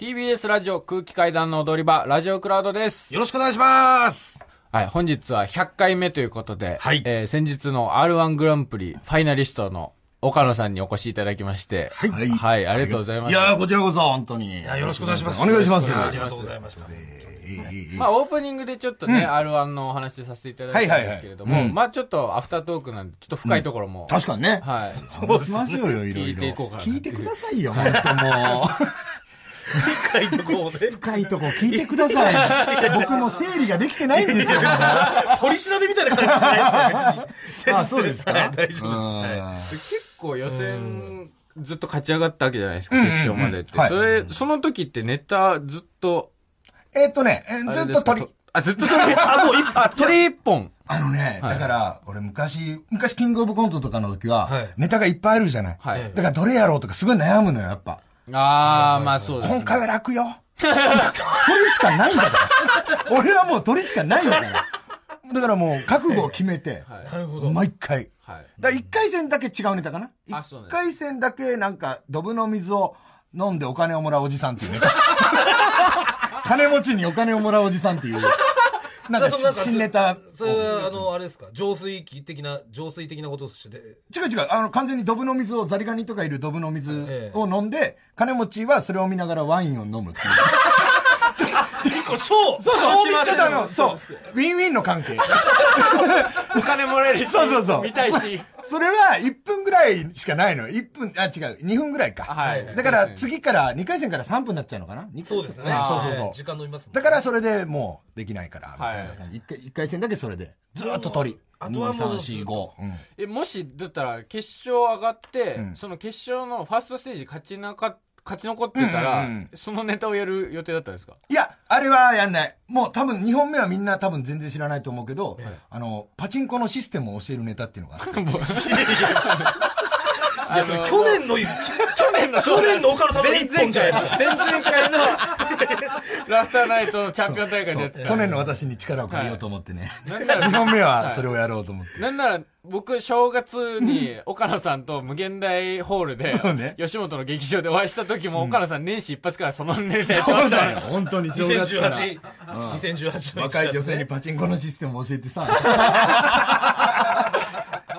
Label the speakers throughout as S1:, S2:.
S1: TBS ラジオ空気階段の踊り場、ラジオクラウドです。
S2: よろしくお願いします
S1: はい、本日は100回目ということで、
S2: はい
S1: えー先日の R1 グランプリファイナリストの岡野さんにお越しいただきまして、はいはい、ありがとうございます。
S3: いやーこちらこそ、本当に。
S2: よろしくお願いします。
S3: お願いします
S2: ありがとうございま した。
S1: まあ、オープニングでちょっとね、R1 のお話させていただいたんですけれども、
S3: はいはいはいうん
S1: まあ、ちょっとアフタートークなんで、ちょっと深いところも、
S3: 確かにね。
S1: はい。
S3: そうしましょうよ、いろい
S1: 聞
S3: ろ。
S1: いていこうかな
S3: 聞いてくださいよ、本当もう。
S2: 深いとこをね、
S3: 深いとこ聞いてください。 僕も整理ができてないんですよ。
S2: 取り調べみたいな感じじゃないですか、別に。
S3: あそうです か
S2: はい大丈夫です。はい
S1: 結構予選、ずっと勝ち上がったわけじゃないですか、決勝までって。
S3: はい
S1: それ、その時ってネタずっと、
S3: えーっとね、えー
S1: あれ
S3: ずっ
S1: ですか
S3: と鳥。。
S1: あ、ずっと鳥。あ、もう一本。あ、鳥一本。
S3: あのね、だから、俺昔、昔キングオブコントとかの時
S2: は、
S3: はいネタがいっぱいあるじゃない。
S1: はい
S3: だからどれやろうとかすごい悩むのよ、やっぱ。
S1: あー、まあそうです
S3: 今
S1: ね。
S3: 回は 楽よ。鳥しかないんだから。俺はもう鳥しかないんだから。だからもう覚悟を決めて、
S1: はい。
S2: なるほど。
S3: 毎回。
S1: はい。
S3: だ1回戦だけ違うネタかな
S1: あそうね
S3: ?1 回戦だけなんか、ドブの水を飲んでお金をもらうおじさんってい うネタ。金持ちにお金をもらうおじさんっていう。なんか
S2: それはなんか
S3: 新ネタ。
S2: それは、あの、あれですか、浄水器的な、浄水的なことをして、
S3: 違う違う、あの、完全にドブの水を、ザリガニとかいるドブの水を飲んで、金持ちはそれを見ながらワインを飲むっていう。
S2: 結構、そう
S3: そう
S1: そう
S3: そう、してたの。そう。ウィンウィンの関係。
S1: お金もらえるし。
S3: そうそうそう
S1: 見たいし。
S3: それは1分ぐらいしかないの。1分、あ、違う。2分ぐらいか。
S1: はいはい
S3: だから次から、2回戦から3分になっちゃうのかな二回
S2: そうですね。
S3: そうそうそう
S2: 時。間伸びますもんね
S3: だから、それでもうできないから、みたい
S1: は
S3: ない感じ。一回一回戦だけそれで。ずーっと取り。
S2: あ
S3: 2、
S2: とはもう
S3: 3、4、5。うん
S1: え、もし、だったら、決勝上がって、
S3: ん
S1: その決勝のファーストステージ勝ちなか、勝ち残ってたら、
S3: うんうんうん
S1: そのネタをやる予定だったんですか
S3: いや、あれはやんない。もう多分2本目はみんな多分全然知らないと思うけど、あの、パチンコのシステムを教えるネタっていうのがあって。
S1: あの
S2: 去年の、
S1: 去年の、
S2: 去年の岡野さんの一本じゃないですか。
S1: 前々回の、ラフターナイトのチャンピオン大会でやってた。
S3: 去年の私に力を借りようと思ってね。
S1: なんなら
S3: 2本目はそれをやろうと思って。
S1: なんなら、僕、正月に、岡野さんと無限大ホールで
S3: そうね、
S1: 吉本の劇場でお会いした時も、岡野さん年始一発からそのネタやって
S3: そ
S1: ま
S3: う
S1: した
S3: だ
S1: ね
S3: よ。 本当に正月から
S2: 2018、2018
S3: 若い女性にパチンコのシステムを教え てさ。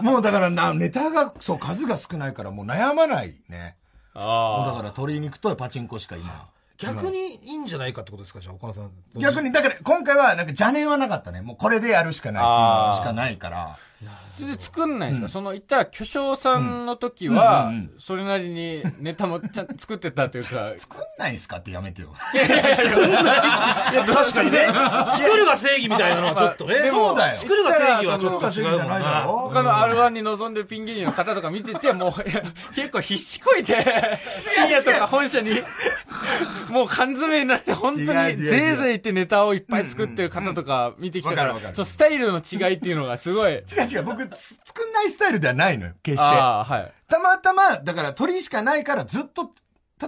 S3: もうだからな、ネタが、そう、数が少ないからもう悩まないね。もうだ
S1: あ
S3: から鶏肉とパチンコしか今。
S2: 逆にいいんじゃないかってことですか、じゃあ、岡野さん。
S3: 逆に、だから今回はなんか邪念はなかったね。もうこれでやるしかないっていうのしかないから。
S1: あ。それで作んないんですかその、言ったら、巨匠さんの時は
S3: うんうん、
S1: それなりにネタもちゃんと作ってたというか、
S3: 作んないっすかってやめてよ。
S2: 確かにね。作るが正義みたいなのはちょっとね。
S3: そうだよ
S2: 作るが正義はちょっと違う
S3: 作るが正義じゃないだ
S2: か
S3: ろ
S1: 他の R1 に臨んでるピン芸人の方とか見てて、もう、いや結構必死こいて、深夜とか本 社に、もう缶詰になって、本当に、ぜ
S3: 違う違う違
S1: いうぜい言ってネタをいっぱい作ってる方とか見てきたか、
S3: うんうんうんわかるわからる
S1: そう、スタイルの違いっていうのがすごい、
S3: 違う違う、僕、つ作んないスタイルではないのよ、決して。
S1: ああ、はい。
S3: たまたま、だから鳥しかないからずっと、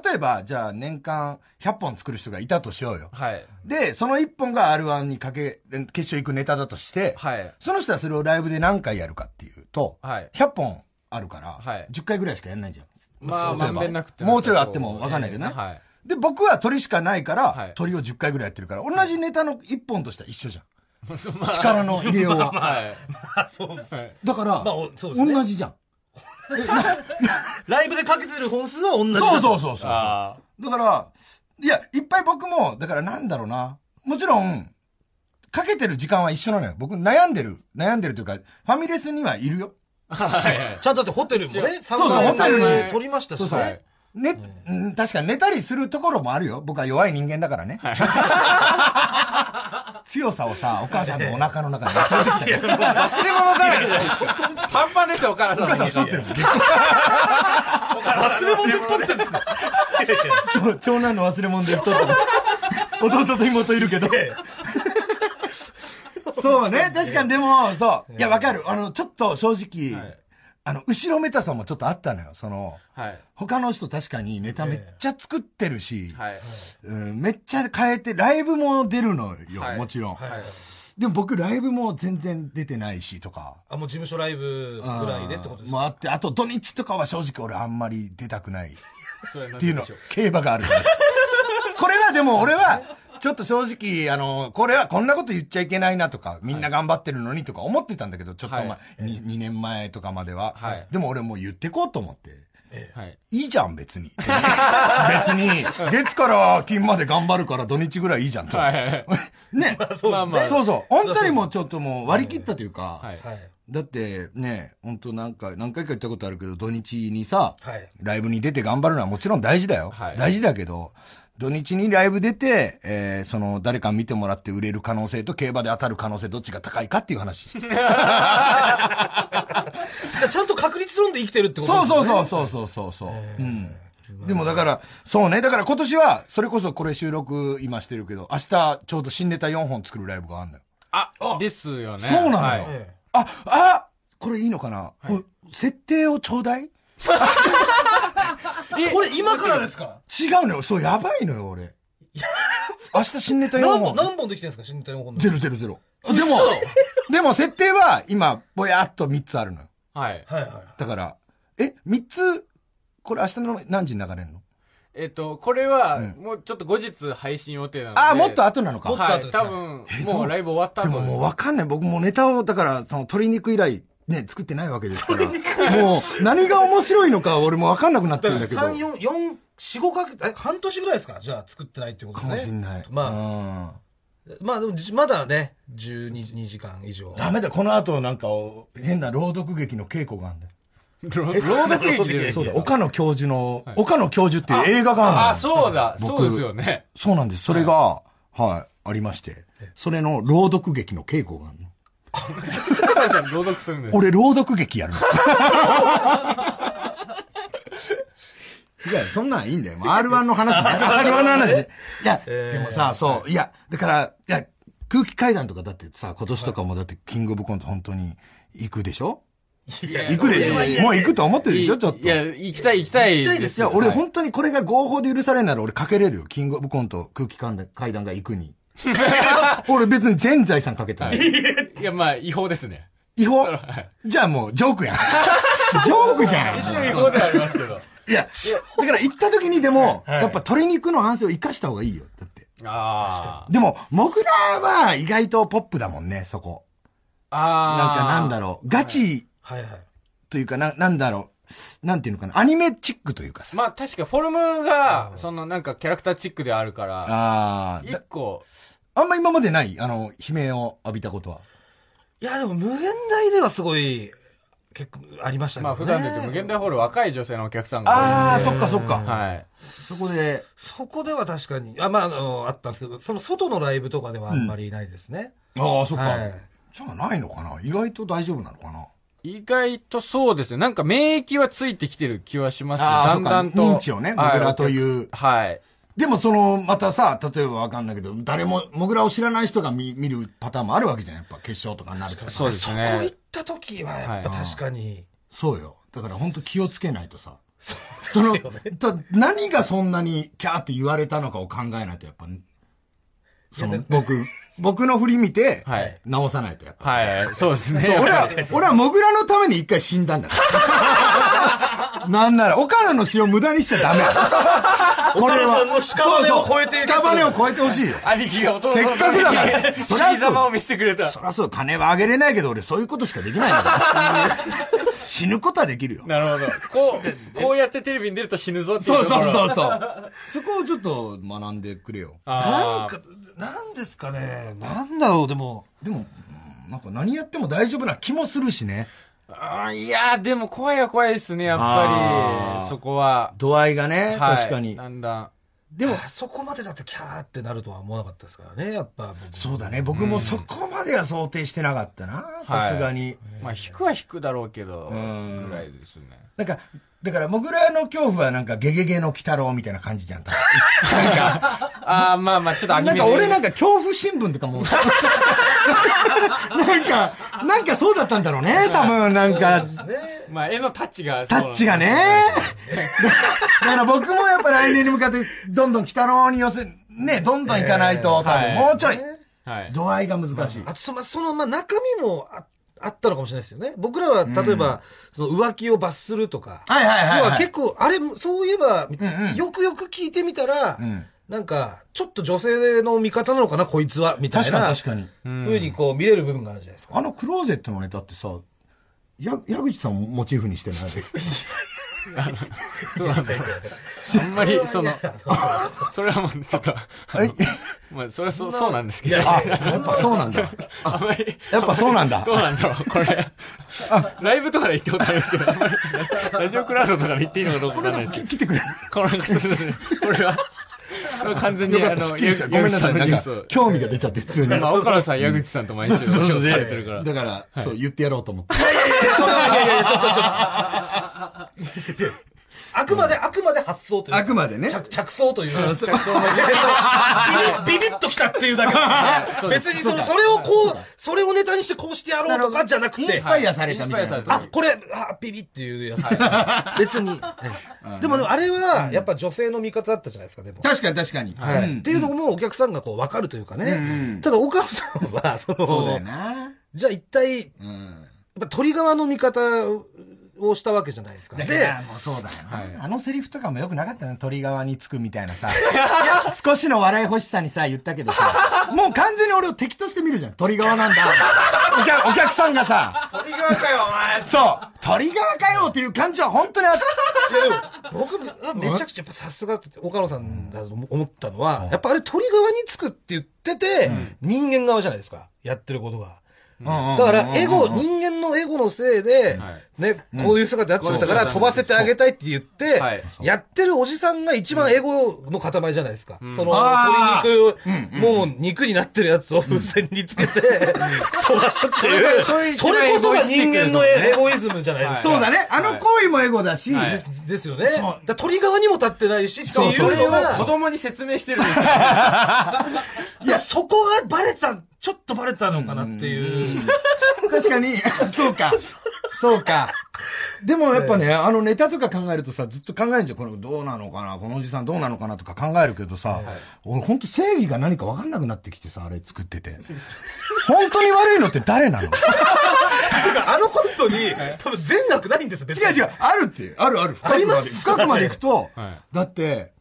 S3: 例えば、じゃあ年間100本作る人がいたとしようよ。
S1: はい。
S3: で、その1本が R1 にかけ、決勝行くネタだとして、
S1: はい。
S3: その人はそれをライブで何回やるかっていうと、
S1: はい
S3: 100本あるから、
S1: はい
S3: 10回ぐらいしかやんないじゃん。
S1: まあ、
S3: 例え
S1: ま
S3: ば
S1: んべんなくて。
S3: もうちょいあってもわかんないけどね。
S1: はい。
S3: で、僕は鳥しかないから、
S1: はい
S3: 鳥を10回ぐらいやってるから、同じネタの1本としては一緒じゃん。
S1: まあ
S3: 力の入れようは。
S1: はい。
S2: ら。そうです。
S3: だから、
S2: まあおそうですね
S3: 同じじゃん。
S2: ライブでかけてる本数は同じだと。
S3: そうそうそうそう。
S1: あ
S3: だから、いや、いっぱい僕も、だからなんだろうな。もちろん、かけてる時間は一緒なのよ。僕悩んでる、悩んでるというか、ファミレスにはいるよ。
S1: あ。はい。
S2: ちゃんとだってホテルもね、サ
S3: そう
S2: ウナ
S3: ホテル
S2: で
S3: に
S2: 撮りましたし
S3: そうそう
S2: ね。
S3: ね、うん確かに寝たりするところもあるよ。僕は弱い人間だから ね。強さをさ、お母さんのお腹の中に忘れてき た
S1: 忘れ
S3: よ。
S1: 物だらけじゃないですか。パンパンですよ、お母さん。
S3: お母さん太ってるもん。
S2: 忘れ物で太ってるんですか
S3: そう、長男の忘れ物で太った。弟と妹いるけど。そうね、確かにでも、そう。いや、わかる。あの、ちょっと正直、
S1: はい
S3: あの、後ろめたさもちょっとあったのよ。その、
S1: はい。
S3: 他の人確かにネタめっちゃ作ってるし、
S1: はい。
S3: うん、めっちゃ変えて、ライブも出るのよ、
S1: はい
S3: もちろん。
S2: はい
S3: でも僕、ライブも全然出てないし、とか。
S2: あ、もう事務所ライブぐらいでってことですか
S3: もうあって、あと土日とかは正直俺あんまり出たくない。
S1: それは
S3: っ
S1: 何
S3: ていうの
S1: でしょう、
S3: 競馬があるから。こちょっと正直、あの、これはこんなこと言っちゃいけないなとか、みんな頑張ってるのにとか思ってたんだけど、ちょっと前、
S1: は
S3: に 2, 年前とかまでは。
S1: はい
S3: でも俺もう言ってこうと思って。
S1: はい。
S3: いいじゃん、別に。別に、月から金まで頑張るから土日ぐらいいいじゃんと。
S1: はい。
S3: ね、
S2: そう
S1: まあまあ
S3: そうそう。本当にもうちょっともう割り切ったというか、
S1: はい。
S2: はい。
S3: だってね、本当なんか、何回か言ったことあるけど、土日にさ、
S2: はい。
S3: ライブに出て頑張るのはもちろん大事だよ。
S1: はい
S3: 大事だけど、土日にライブ出て、えーその、誰か見てもらって売れる可能性と競馬で当たる可能性どっちが高いかっていう話。
S2: じゃあちゃんと確率論で生きてるってこと
S3: そうそう
S2: う。
S3: そうそうそうそうそう。うん。でもだから、そうね。だから今年は、それこそこれ収録今してるけど、明日ちょうど新ネタ4本作るライブがあるのよ。
S1: あ、ですよね。
S3: そうなのよ
S1: はい
S3: え
S2: え
S3: あ、あこれいいのかな、うん設定をちょうだい違
S2: えこれ今からですか
S3: うのよ。そう、やばいの よ、俺。明日新ネタ4
S2: 何
S3: 本
S2: 本、。何本できてるんですか新体の本
S3: ゼロゼロゼロ。でも、でも設定は今、ぼやっと3つあるのよ。
S1: はい。
S2: はいはい。
S3: だから、え、3つ、これ明日の何時に流れるの
S1: えっと、これは、
S3: うん
S1: もうちょっと後日配信予定なので。
S3: あ、もっと後なのか。
S2: もっと後ですね
S1: はい、多分
S3: え、どう
S1: もうライブ終わった
S3: で
S1: 後
S3: ももう
S1: わ
S3: わかんない。僕もうネタを、だから、その鶏肉以来、ね、作ってないわけですから。もう、何が面白いのか俺もわかんなくなって
S2: だ
S3: る
S2: か
S3: ん
S2: ら
S3: だけど。
S2: 3、4、4、4、5か月、え、半年ぐらいですかじゃあ作ってないってこと
S3: か
S2: ね。
S3: もしんない。
S2: ま
S3: あ。
S2: あ、まあでも、じまだね、12 2時間以上。
S3: ダメだよ、この後なんか、変な朗読劇の稽古があるんだよ。
S1: 朗読劇出るんです
S3: そうだ、
S1: よ
S3: 岡野教授の、岡野教授っていう映画があ
S1: あ、
S3: るのよ
S1: そうだ。
S3: 僕
S1: そうですよね。
S3: そうなんです。それが、はい、ありまして。それの朗読劇の稽古があるの。
S1: 高橋さん朗読するんです。
S3: 俺、朗読劇や るの。いや、そんなんいいんだよ。もう R1 の話 ね。R1 の話。いや、
S2: えー
S3: でもさ、そう、いや、だから、いや、空気階段とかだってさ、今年とかもだって、キングオブコント本当に行くでしょ
S1: いや
S3: 行くでし
S1: い
S3: ょもう行くと思ってるでしょちょっと。
S1: いや、行きたい行きたい。
S3: 行きたいですよ。俺、本当にこれが合法で許されるなら俺かけれるよ。キングオブコント空気階段が行く に。俺別に全財産かけたい。
S1: いや、まあ、違法ですね。
S3: 違法
S1: はい
S3: じゃあもうジョークやん。 ジョークじゃん。
S1: 一応違法ではありますけど。
S3: いや、だから行った時にでも、
S2: い
S3: やっぱ鶏肉の反省を生かした方がいいよ。だって。
S1: あー
S3: でも、モグラは意外とポップだもんね、そこ。なん
S1: あー。
S3: かなんだろう。ガチ
S2: はいはい。
S3: というか、な、なんだろう。なんていうのかな。アニメチックというかさ。
S1: まあ、確かフォルムが、そのなんかキャラクターチックであるから、
S3: あー
S1: 一個、
S3: あんま今までない、あの、悲鳴を浴びたことは。
S2: いや、でも無限大ではすごい、結構ありましたけど
S1: まあ、
S2: ね。
S1: 普段で言って無限大ホール若い女性のお客さんが
S3: ああ、
S1: 多いんで。
S3: そっかそっか。
S1: はい。
S3: そこで、
S2: そこでは確かに、あ、まあ、あの、あったんですけど、その外のライブとかではあんまりいないですね。
S3: ああ、そっか。
S2: はい
S3: じゃあないのかな意外と大丈夫なのかな
S1: 意外とそうですね。なんか免疫はついてきてる気はしますね。
S3: あー
S1: だんだんと。
S3: そっか認知をね
S1: はい
S3: モグラという
S1: はい。
S3: でもその、またさ、例えばわかんないけど、誰も、モグラを知らない人が見見るパターンもあるわけじゃん。やっぱ決勝とかになると
S1: そうですね。
S2: こういった時は、やっぱ確かに、
S3: そうよ。だから本当気をつけないとさ。
S2: そ
S3: その、
S2: うですよね。
S3: だ何がそんなにキャーって言われたのかを考えないと、やっぱ、その、僕、僕の振り見て、
S1: はい
S3: 直さないと、やっぱ。
S1: はい。そうですね。
S3: 俺は、俺はモグラのために一回死んだんだから。なんなら、岡野の死を無駄にしちゃダメ。これ
S2: 岡野さんの屍を超えて
S3: そうそう屍を超えてほしいよ。
S1: 兄貴が弟の
S3: せっかくだから
S1: 兄貴
S3: そりゃそう
S1: 死に様を見せてくれた
S3: そ。りゃそう、金はあげれないけど、俺そういうことしかできないんだから。死ぬことはできるよ。
S1: なるほど。こう、こうやってテレビに出ると死ぬぞっていう
S3: そう
S1: とこ
S3: そ
S1: ろ。
S3: うそうそう。そこをちょっと学んでくれよ。
S2: なん
S1: あー
S2: か、なんですかね。なんだろう、でも。
S3: でも、うんなんか何やっても大丈夫な気もするしね。
S1: あー。いやー、でも怖いは怖いですね、やっ
S3: あ
S1: ぱ
S3: ー
S1: り。そこは。
S3: 度合いがね、
S1: はい
S3: 確かに。
S1: だんだん。
S3: でも、
S2: あそこまでだってキャーってなるとは思わなかったですからね、やっぱ僕。
S3: そうだね、僕もそこまでは想定してなかったな、さすがに。
S1: まあ、引くは引くだろうけど、
S3: ん
S1: ぐらいですね。
S3: なんか、だから、モグラの恐怖はなんか、ゲゲゲの鬼太郎みたいな感じじゃん。多分なんか、
S1: あー、まあまあ、ちょっとアニ
S3: な
S1: メ
S3: ん
S1: で
S3: か俺なんか恐怖新聞とか もう、なんか、なんかそうだったんだろうね、多分、なんか、
S2: ね。
S1: まあ、絵のタッチがそ
S3: タ
S1: うなん
S3: ッ
S1: です
S3: チ
S1: よ
S3: が
S1: ね。
S3: ね。だから僕もやっぱ来年に向かって、どんどん北郎に寄せ、ね、どんどん行かないと、多
S1: は
S3: 分
S1: い
S3: もうちょい、
S1: はい。
S3: 度合いが難しい。
S2: あとそ、まあ、その、まあ、中身もああったのかもしれないですよね。僕らは、例えば、その浮気を罰するとか。
S3: はいはいはいはい
S2: 要は結構、あれ、そういえば、
S3: んうん
S2: よくよく聞いてみたら、
S3: うん
S2: なんか、ちょっと女性の味方なのかな、こいつは、みたい
S3: 確か
S2: な
S3: に確かに。
S2: ふうにこう見れる部分があるじゃないですか。
S3: あのクローゼットのネタってさ、や矢口さんをモチーフにしてない
S1: あんま り、その、それはもうちょっと、あのまあ、それはそう、そうなんですけど、
S3: あ、やっぱそうなんだ。
S1: あんまり、
S3: やっぱそうなんだ
S1: どう。なんだろう、これ。ライブとかで行ったことあるんですけど、あんまりラジオクラウドとかで行っていいのかどうかわかんないですけど
S3: き来てくれる。
S1: このなんかそうですねこれは、完全に、
S3: よか
S1: あ
S3: った、
S1: の、
S3: スッキリした。
S1: 矢
S3: ごめん
S1: 口
S3: なさい。
S1: の
S3: な
S1: ニ
S3: ん
S1: ュー
S3: か
S1: スを、
S3: 興味が出ちゃって、普通に。
S1: まあ、岡野さん、矢口さんと毎週お仕事されてるから。
S3: だから、そう、言ってやろうと 思って。
S2: あくまで、あくまで発想というか
S3: あくまでね
S2: 着着想というか。
S3: そう
S2: ビビビビッときたっていうだけ です
S1: そうで
S2: 別にそのそれをこう、それをネタにしてこうしてやろうとかじゃなく
S3: イン
S2: て
S3: ス、パイアされたみた
S1: イ
S3: い
S1: ンスパイア
S3: な
S1: され。た
S2: あ、これ、あ、ビビっていうやつ。別に。でも、でもあれは、やっぱ女性の味方だったじゃないですか、でも。
S3: 確かに確かに。
S2: は
S3: う
S2: い。
S3: ん
S2: っていうのもお客さんがこう分かるというか
S3: うんう
S2: ね
S3: ん。
S2: ただ、岡野さんは、そ
S3: そうだ
S2: の、
S3: よな。
S2: じゃあ一体、やっ
S3: うん。
S2: ぱ鳥側の味方をしたわけじゃないですか。
S3: だ
S2: で
S3: か、らもうそうだよな、あのセリフとかもよくなかったね鳥側につくみたいなさ いや少しの笑い欲しさにさ言ったけど さもう完全に俺を敵として見るじゃん鳥側なんだ お客お客さんがさ
S1: 鳥川かよ、お前
S3: そう鳥側かよっていう感じは本当にあっ
S2: 僕はめちゃくちゃやっぱさすがって岡野さんだと思ったのは、やっぱあれ鳥側につくって言ってて、人間側じゃないですか。やってることが。
S3: た
S2: だから、エゴ、人間のエゴのせいで、
S1: はい
S2: ね、こういう姿になっちゃったから、
S1: うん
S2: 飛ばせてあげたいって言って
S1: はい、
S2: やってるおじさんが一番エゴの塊じゃないですか。その、
S3: あ
S2: 鶏肉、もう肉になってるやつを風船につけて、飛ばすっていう、
S1: そ
S2: そ
S1: れ
S2: れ
S1: がそれが
S2: こそが人間の
S1: 一番
S2: エ
S1: エ
S2: ゴイズムじゃないですか。
S3: そうだねあの行為もエゴだし、
S1: はい
S2: ですですよね。だから鳥側にも立ってないし、って
S3: そう
S2: い
S3: そう
S2: うの
S1: 子
S2: が、
S1: 供に説明してるんですよ。
S2: いや、そこがバレた、ちょっとバレたのかな っていう。
S3: 確かに そうかそうかでもやっぱね、あのネタとか考えるとさ、ずっと考えるじゃん。このどうなのかな、このおじさんどうなのかなとか考えるけどさ、俺ほんと正義が何か分かんなくなってきてさ、あれ作ってて。 本当に悪いのって誰 なの
S2: てかあのコントに、多分善悪ないんですよ、別
S3: 違う違う、あるって、あるある。
S2: あります
S3: 深くまで行くと、
S1: は
S3: だって、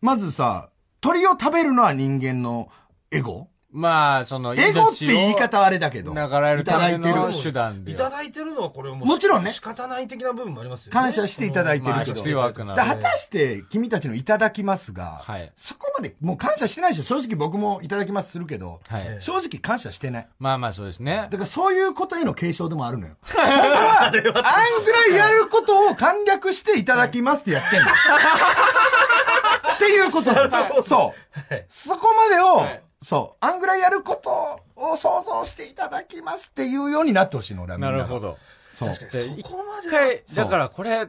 S3: まずさ、鳥を食べるのは人間のエゴ
S1: まあ、そ の、
S3: エゴって言い
S1: 命を
S3: 方はあれだけど、
S1: 流れるため
S3: いただ
S1: の
S3: いてる
S1: 手段で
S2: い。ただいてるのはこれもう
S3: もちろんね
S2: 仕方ない的な部分もありますよ、ね。
S3: 感謝していただいてる
S1: まあ、
S3: けど。
S1: 強くな
S3: だ果
S1: る。
S3: たして君たちのいただきますが、
S1: はい
S3: そこまでもう感謝してないでしょ正直僕もいただきますするけど、
S1: はい
S3: 正直感謝してない
S1: まあまあ、そうですね。
S3: だからそういうことへの継承で もあるのよ僕はあんぐらいやることを簡略していただきますってやってん のっていうことなのそう、そこまでを、
S1: い
S3: そうあんぐらいやることを想像していただきますっていうようになってほしいの俺はみん
S1: な
S3: なが
S1: るほど。
S3: そう
S1: で
S2: そこま
S1: 一
S2: では。
S1: 回、だからこれ、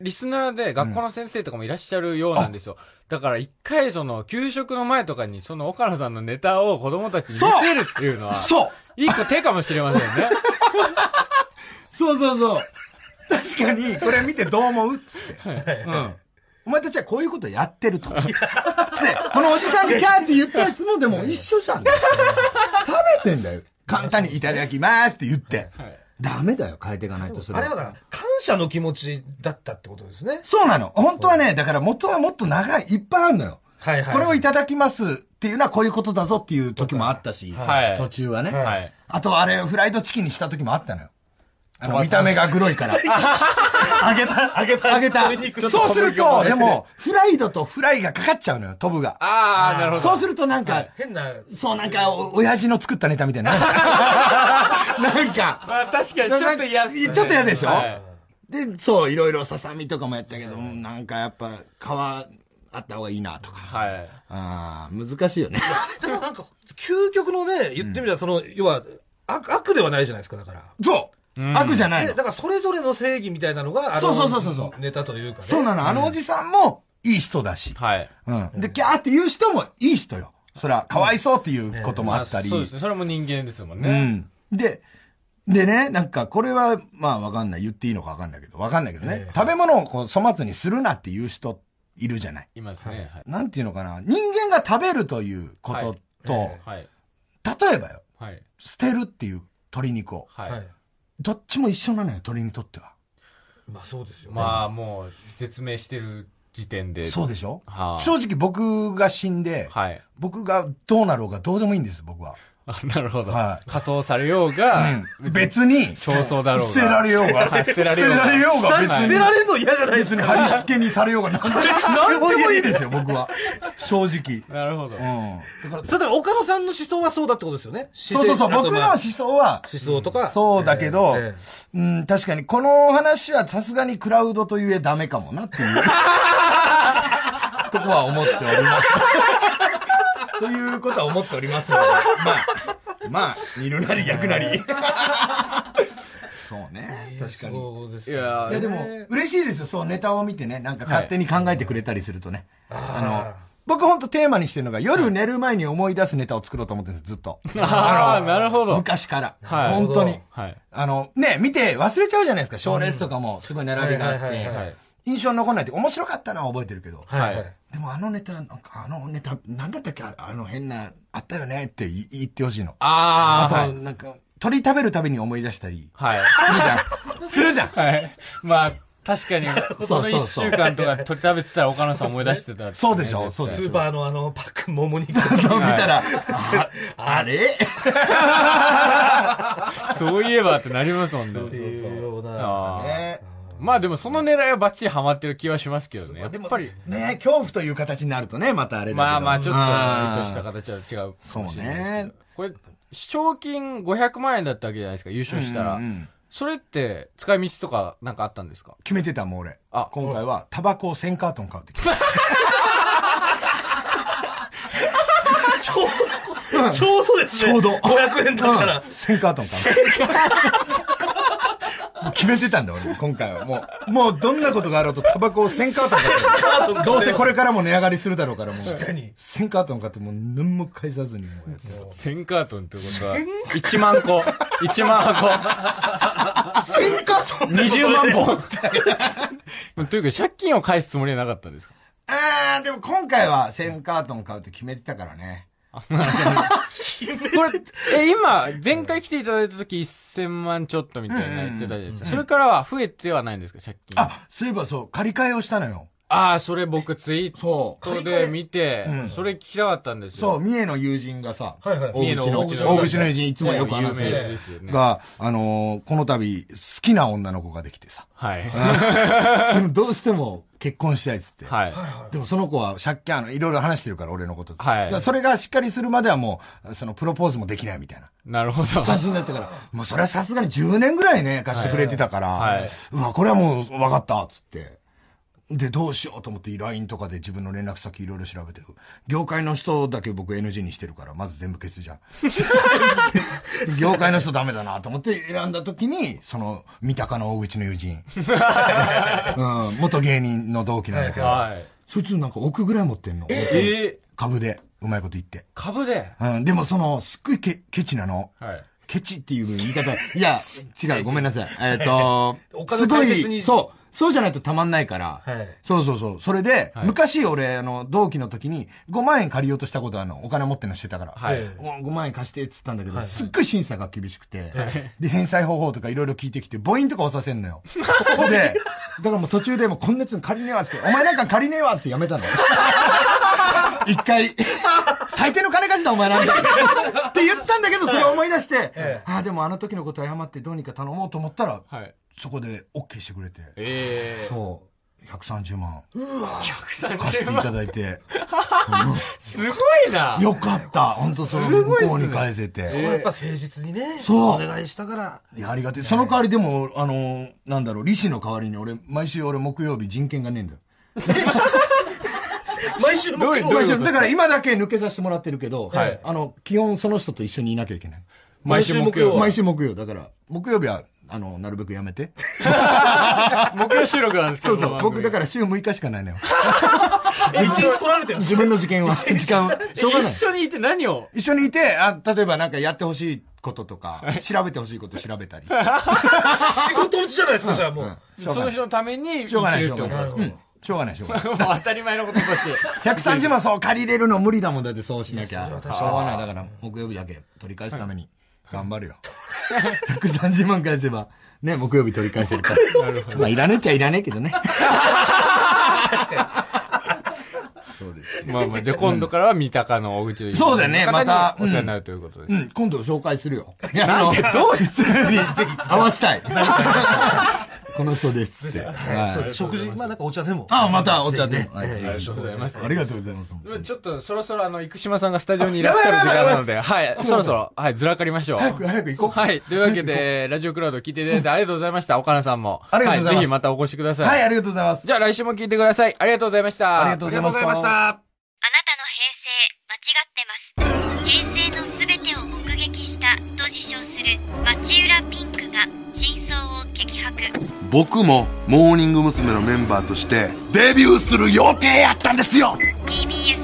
S1: リスナーで学校の先生とかもいらっしゃるようなんですよ。だから一回その、給食の前とかにその岡野さんのネタを子供たちに見せるっていうのは、
S3: そう
S1: 一個手かもしれませんね。
S3: そうそうそう。確かに、これ見てどう思うっつって。うん。お前たちはこういうことやってると。 で、このおじさんにキャーって言ったやつもでも一緒じゃん。食べてんだよ。簡単にいただきますって言って。ダメだよ、変えていかないとそれ
S2: あ
S3: は。
S2: れはだから、感謝の気持ちだったってことですね。
S3: そうなの。本当はね、だから元はもっと長い、いっぱいあるのよ。
S2: はいはい
S3: これをいただきますっていうのはこういうことだぞっていう時もあったし、
S1: はい
S3: 途中はね。
S1: はい
S3: あとあれ、フライドチキンにした時もあったのよ。あの見た目がグロいから。あげた、あげた、あげた。そうすると、でも、フライドとフライがかかっちゃうのよ、トブが。
S1: ああ、なるほど。
S3: そうするとなんか、
S2: 変な、
S3: そうなんか、お親父の作ったネタみ たいな。なんか。
S1: まあ確かにちょっと嫌っすね
S3: ちょっと嫌でしょ
S1: はい
S3: で、そう、いろいろささみとかもやったけど、うんなんかやっぱ、皮あった方がいいなとか。
S1: はい。
S3: ああ、難しい よね。
S2: でもなんか、究極のね、言ってみれば、その、要は、悪悪ではないじゃないですか、だから。
S3: そう、悪じゃない
S2: で、
S3: の。
S2: だからそれぞれの正義みたいなのが、あの
S3: そうそうそうそうそう
S2: ネタというかね。
S3: そうなの、あのおじさんもいい人だし。
S1: はい。
S3: うん。で、キャーって言う人もいい人よ。そら、かわいそうっていうことも
S1: ま
S3: あ
S1: あ
S3: ったり。
S1: そうですね。それも人間ですもん
S3: う
S1: ね。
S3: ん。で、でね、なんか、これは、まあ、わかんない。言っていいのかわかんないけど、わかんないけどね。食べ物をこう、粗末にするなっていう人、いるじゃない。
S1: いますね。はい。
S3: なんていうのかな。人間が食べるということと、
S1: はい。
S3: 例えばよ、
S1: はい。
S3: 捨てるっていう鶏肉を。
S1: は
S2: はいい。。
S3: どっちも一緒なのよ、鳥にとっては。
S2: まあそうですよ。
S1: まあもう、絶命してる時点で。
S3: そうでしょ
S1: はあ
S3: 正直僕が死んで、
S1: はい。
S3: 僕がどうなろうがどうでもいいんです、僕は。
S1: あ なるほど。
S3: は
S1: 仮装されようが、
S3: 別に、
S1: そうそうだろうが
S3: 捨てられよう
S1: は
S3: が、
S1: い捨てられようが
S3: 捨てうが
S1: はい
S3: 別
S2: 捨て
S3: に、
S2: られるの嫌じゃないで
S3: 別
S2: す
S3: に
S2: か。
S3: 貼り付けにされようが、なんでなんでもいいですよ、僕は。正直。
S1: なるほど。
S3: うん。だから
S2: それだから岡野さんの思想はそうだってことですよね。
S3: そうそうそう、
S2: 姿勢
S3: 僕の思
S2: あとまあ
S3: 想は、
S2: 思想とか。
S3: そうだけど、
S2: ええええ
S3: うん、確かにこの話はさすがにクラウドとゆえダメかもなっていう、とこは思っております。ということは思っておりますので、まあ、まあ、煮るなり焼くなり。そうね、確かに。
S2: そうです
S1: い
S2: よ
S1: や
S3: いやでも、嬉しいですよ、そうネタを見てね、なんか勝手に考えてくれたりするとね。あの、僕ほんとテーマにしてるのが、夜寝る前に思い出すネタを作ろうと思ってるんですずっと。
S1: ああ、なるほど。
S3: 昔から。
S1: はい
S3: 本当に。
S1: はい。
S3: あの、ね、見て忘れちゃうじゃないですか。賞レースとかもすごい並びがあ
S2: はいはい
S1: は
S3: っ
S1: い
S3: て。印象に残らないって面白かったのは覚えてるけど。
S1: はい
S2: はい
S3: でもあのネタ、なんかあのネタ、なんだったっけああの変な、あったよねって言言ってほしいの。
S1: あ
S3: あ
S1: あ、は
S3: と、
S1: い。
S3: なんか、鳥食べるたびに思い出したり。
S1: はい。
S3: するじゃん。するじゃん。
S1: はい。まあ、確かに、
S3: ど
S1: その一
S3: そうそ
S1: 週
S3: う
S1: 間とか鳥食べてたら岡野さん思い出してた、
S3: そうでしょそうで
S2: ス
S3: しょ
S2: ーパーのあの、パックン、桃肉。
S3: そう見たら、ああれ
S1: そういえばってなりますもんね。
S2: っていうような。
S1: あー
S3: ね
S1: まあでもその狙いはバッチリハマってる気はしますけどね。やっ
S3: でも
S1: ぱり、
S3: ね恐怖という形になるとね、またあれだけど
S1: まあまあちょっと、意図
S3: うん
S1: した形は違うか
S3: そう
S1: もしれないですけど
S3: ね。
S1: これ、賞金500万円だったわけじゃないですか、優勝したら
S3: うんう。ん
S1: それって、使い道とかなんかあったんですか
S3: 決めてたもん、俺。
S1: あ
S3: 今回は、タバコを1000カートン買うっ て決め
S2: ちょうど、ちょうどですね。
S3: ちょうど
S2: 500円だ
S3: た
S2: か
S3: から
S2: ら。
S3: 1000カートン買う。もう 決めてたんだ、俺、今回は。もう、もうどんなことがあろうと、タバコを1000カートン 買ってる。どうせこれからも値上がりするだろうから、もう。確
S2: かに
S3: 1000カートン買って、もう何も返さずに、もうやってた
S1: ?1000 カートンってことは、1万個。1万箱。
S3: 1000カートン
S1: 20万 本。というか、借金を返すつもりはなかったんですか
S3: あー、でも今回は1000カートン買うって決めてたからね。
S1: これ、え、今、前回来ていただいた時1000万ちょっとみたいな言ってたじゃないですか。それからは増えてはないんですか、借金。
S3: あ、そういえばそう、借り換えをしたのよ。
S1: ああ、それ僕ツイー
S3: そう。
S1: トで見て
S3: う、ん
S1: それ聞きたかったんです
S3: そう、
S1: よ。
S3: 三重の友人がさ、
S2: はいはい
S3: 大口の、
S1: 三重の
S3: 大口の友人、いつもよく話す
S1: 有名ですよね
S3: が、あのーこの度、好きな女の子ができてさ、
S1: はい。
S3: そのどうしても結婚したいっつって。
S1: はい。
S3: でもその子は借金、あの、いろいろ話してるから、俺のことと。
S1: はい
S3: だからそれがしっかりするまではもう、その、プロポーズもできないみたいな
S1: なるほど。
S3: 感じになったから、もうそれはさすがに10年ぐらいね、貸してくれてたから、
S1: はいはいう
S3: わ、これはもう分かった、っつって。で、どうしようと思って、LINE とかで自分の連絡先いろいろ調べて、業界の人だけ僕 NG にしてるから、まず全部消すじゃん。 業界の人ダメだなと思って選んだ時に、その、三鷹の大口の 友人。うん、元芸人の同期なんだけど、
S1: はい。
S3: そいつなんか億ぐらい持ってんの。
S1: ええ
S3: 株で、うまいこと言って。
S1: 株で
S3: うん、でもその、すっごいケケチなの。
S1: はい。
S3: ケチっていう言い方。いや、違う、ごめんなさい。えっ、と
S2: お、金
S3: す
S2: を
S3: ご
S2: 大切に
S3: い、そう、そうじゃないとたまんないから。
S2: はい
S3: そうそうそう。それで、
S1: はい
S3: 昔俺、あの、同期の時に5万円借りようとしたことは、あの、お金持ってんのしてたから。
S1: はい
S3: 5万円貸してっつったんだけど、すっごい審査が厳しくて、で、返済方法とかいろいろ聞いてきて、母音とか押させんのよ。で、だからもう途中でもうこんなやつに借りねえわっつって、お前なんか借りねえわっつってやめたの。一回、最低の金貸しだお前なんだって言ったんだけど、それを思い出して、ああ、でもあの時のこと謝ってどうにか頼もうと思ったら、
S1: はい。
S3: そこで OK してくれて、
S1: ええ
S3: そう、130万貸して
S1: 130
S3: い
S1: 万。
S3: ただいて、
S1: すごいな。
S3: よかった、本当それ向こうに返せて。
S2: やっぱ誠実にね。
S3: そう
S2: お願いしたから。
S3: いや、ありがてえ。その代わりでも、あのー、なんだろう、利子の代わりに俺、毎週俺木曜日人権がねえんだよ。
S2: 毎週木
S1: どういうどうい
S2: 曜
S1: う
S2: 日
S1: こ
S3: だ
S1: と
S3: から今だけ抜けさせてもらってるけど、
S1: はい
S3: あの、基本その人と一緒にいなきゃいけない。
S1: 毎週木曜。
S3: 毎週木曜。だから、木曜日は、あの、なるべくやめ て。
S1: 木曜収録なんですけ
S3: そ
S1: ど。
S3: うそう。 僕だ
S1: ら。
S3: から週6日し かないのよ。
S2: 一日取られてるん です
S3: 自分の時間は。時間は。しょうが
S1: 一
S3: ない。
S1: 緒にいて何を
S3: 一緒にいて、あ、例えばなんかやってほしいこととか、調べてほしいこと調べたり。
S2: 仕事落ちじゃないですか、じゃあもう。
S3: しょう
S1: そ
S3: がな
S1: の
S3: い。
S1: 人のために
S3: しょうがない、し
S1: 生
S3: ょう
S1: きて
S3: が
S1: るってこ
S3: ない。
S2: るほど
S3: うん。しょうがない、しょうがない。
S1: ともう当たり前のこと として。
S3: 130万そう借りれるの無理だもんだってそうしなきゃ
S2: いやそれは確かに
S3: しょうがないだから木曜日だけ取り返すために頑張るよ130万返せばね木曜日取り返せるからまあいらねえっちゃいらねえけどねそうですよ。
S1: まあまあ、じゃあ今度からは三鷹のお口で。
S3: そうだねまた
S1: お世話になるということです。
S3: うん、今度紹介するよ。なんでどう失礼にぜひ合わしたい。この人ですって。はい
S2: そうです食事、まあなんかお茶でも。
S3: あ、またお茶で。
S2: はい
S3: はい
S1: ありがとうございます。
S3: ありがとうございます。
S1: ちょっとそろそろあの、生島さんがスタジオにいらっしゃる時間なので、はい、そろそろ、はい、ずらかりましょう。
S3: 早く早く行こう。
S1: はい。というわけで、ラジオクラウド聞いていただいてありがとうございました。岡野さんも。
S3: ありがとうございます
S1: はぜひまたお越しください。
S3: はい、ありがとうございます。
S1: じゃあ来週も聞いてください。ありがとうございました。
S3: ありがとうございました
S1: ありがとうございました。
S4: あなたの平成間違ってます平成のすべてを目撃したと自称する町浦ピンクが真相を激白
S5: 僕もモーニング娘。のメンバーとしてデビューする予定やったんですよ
S4: TBS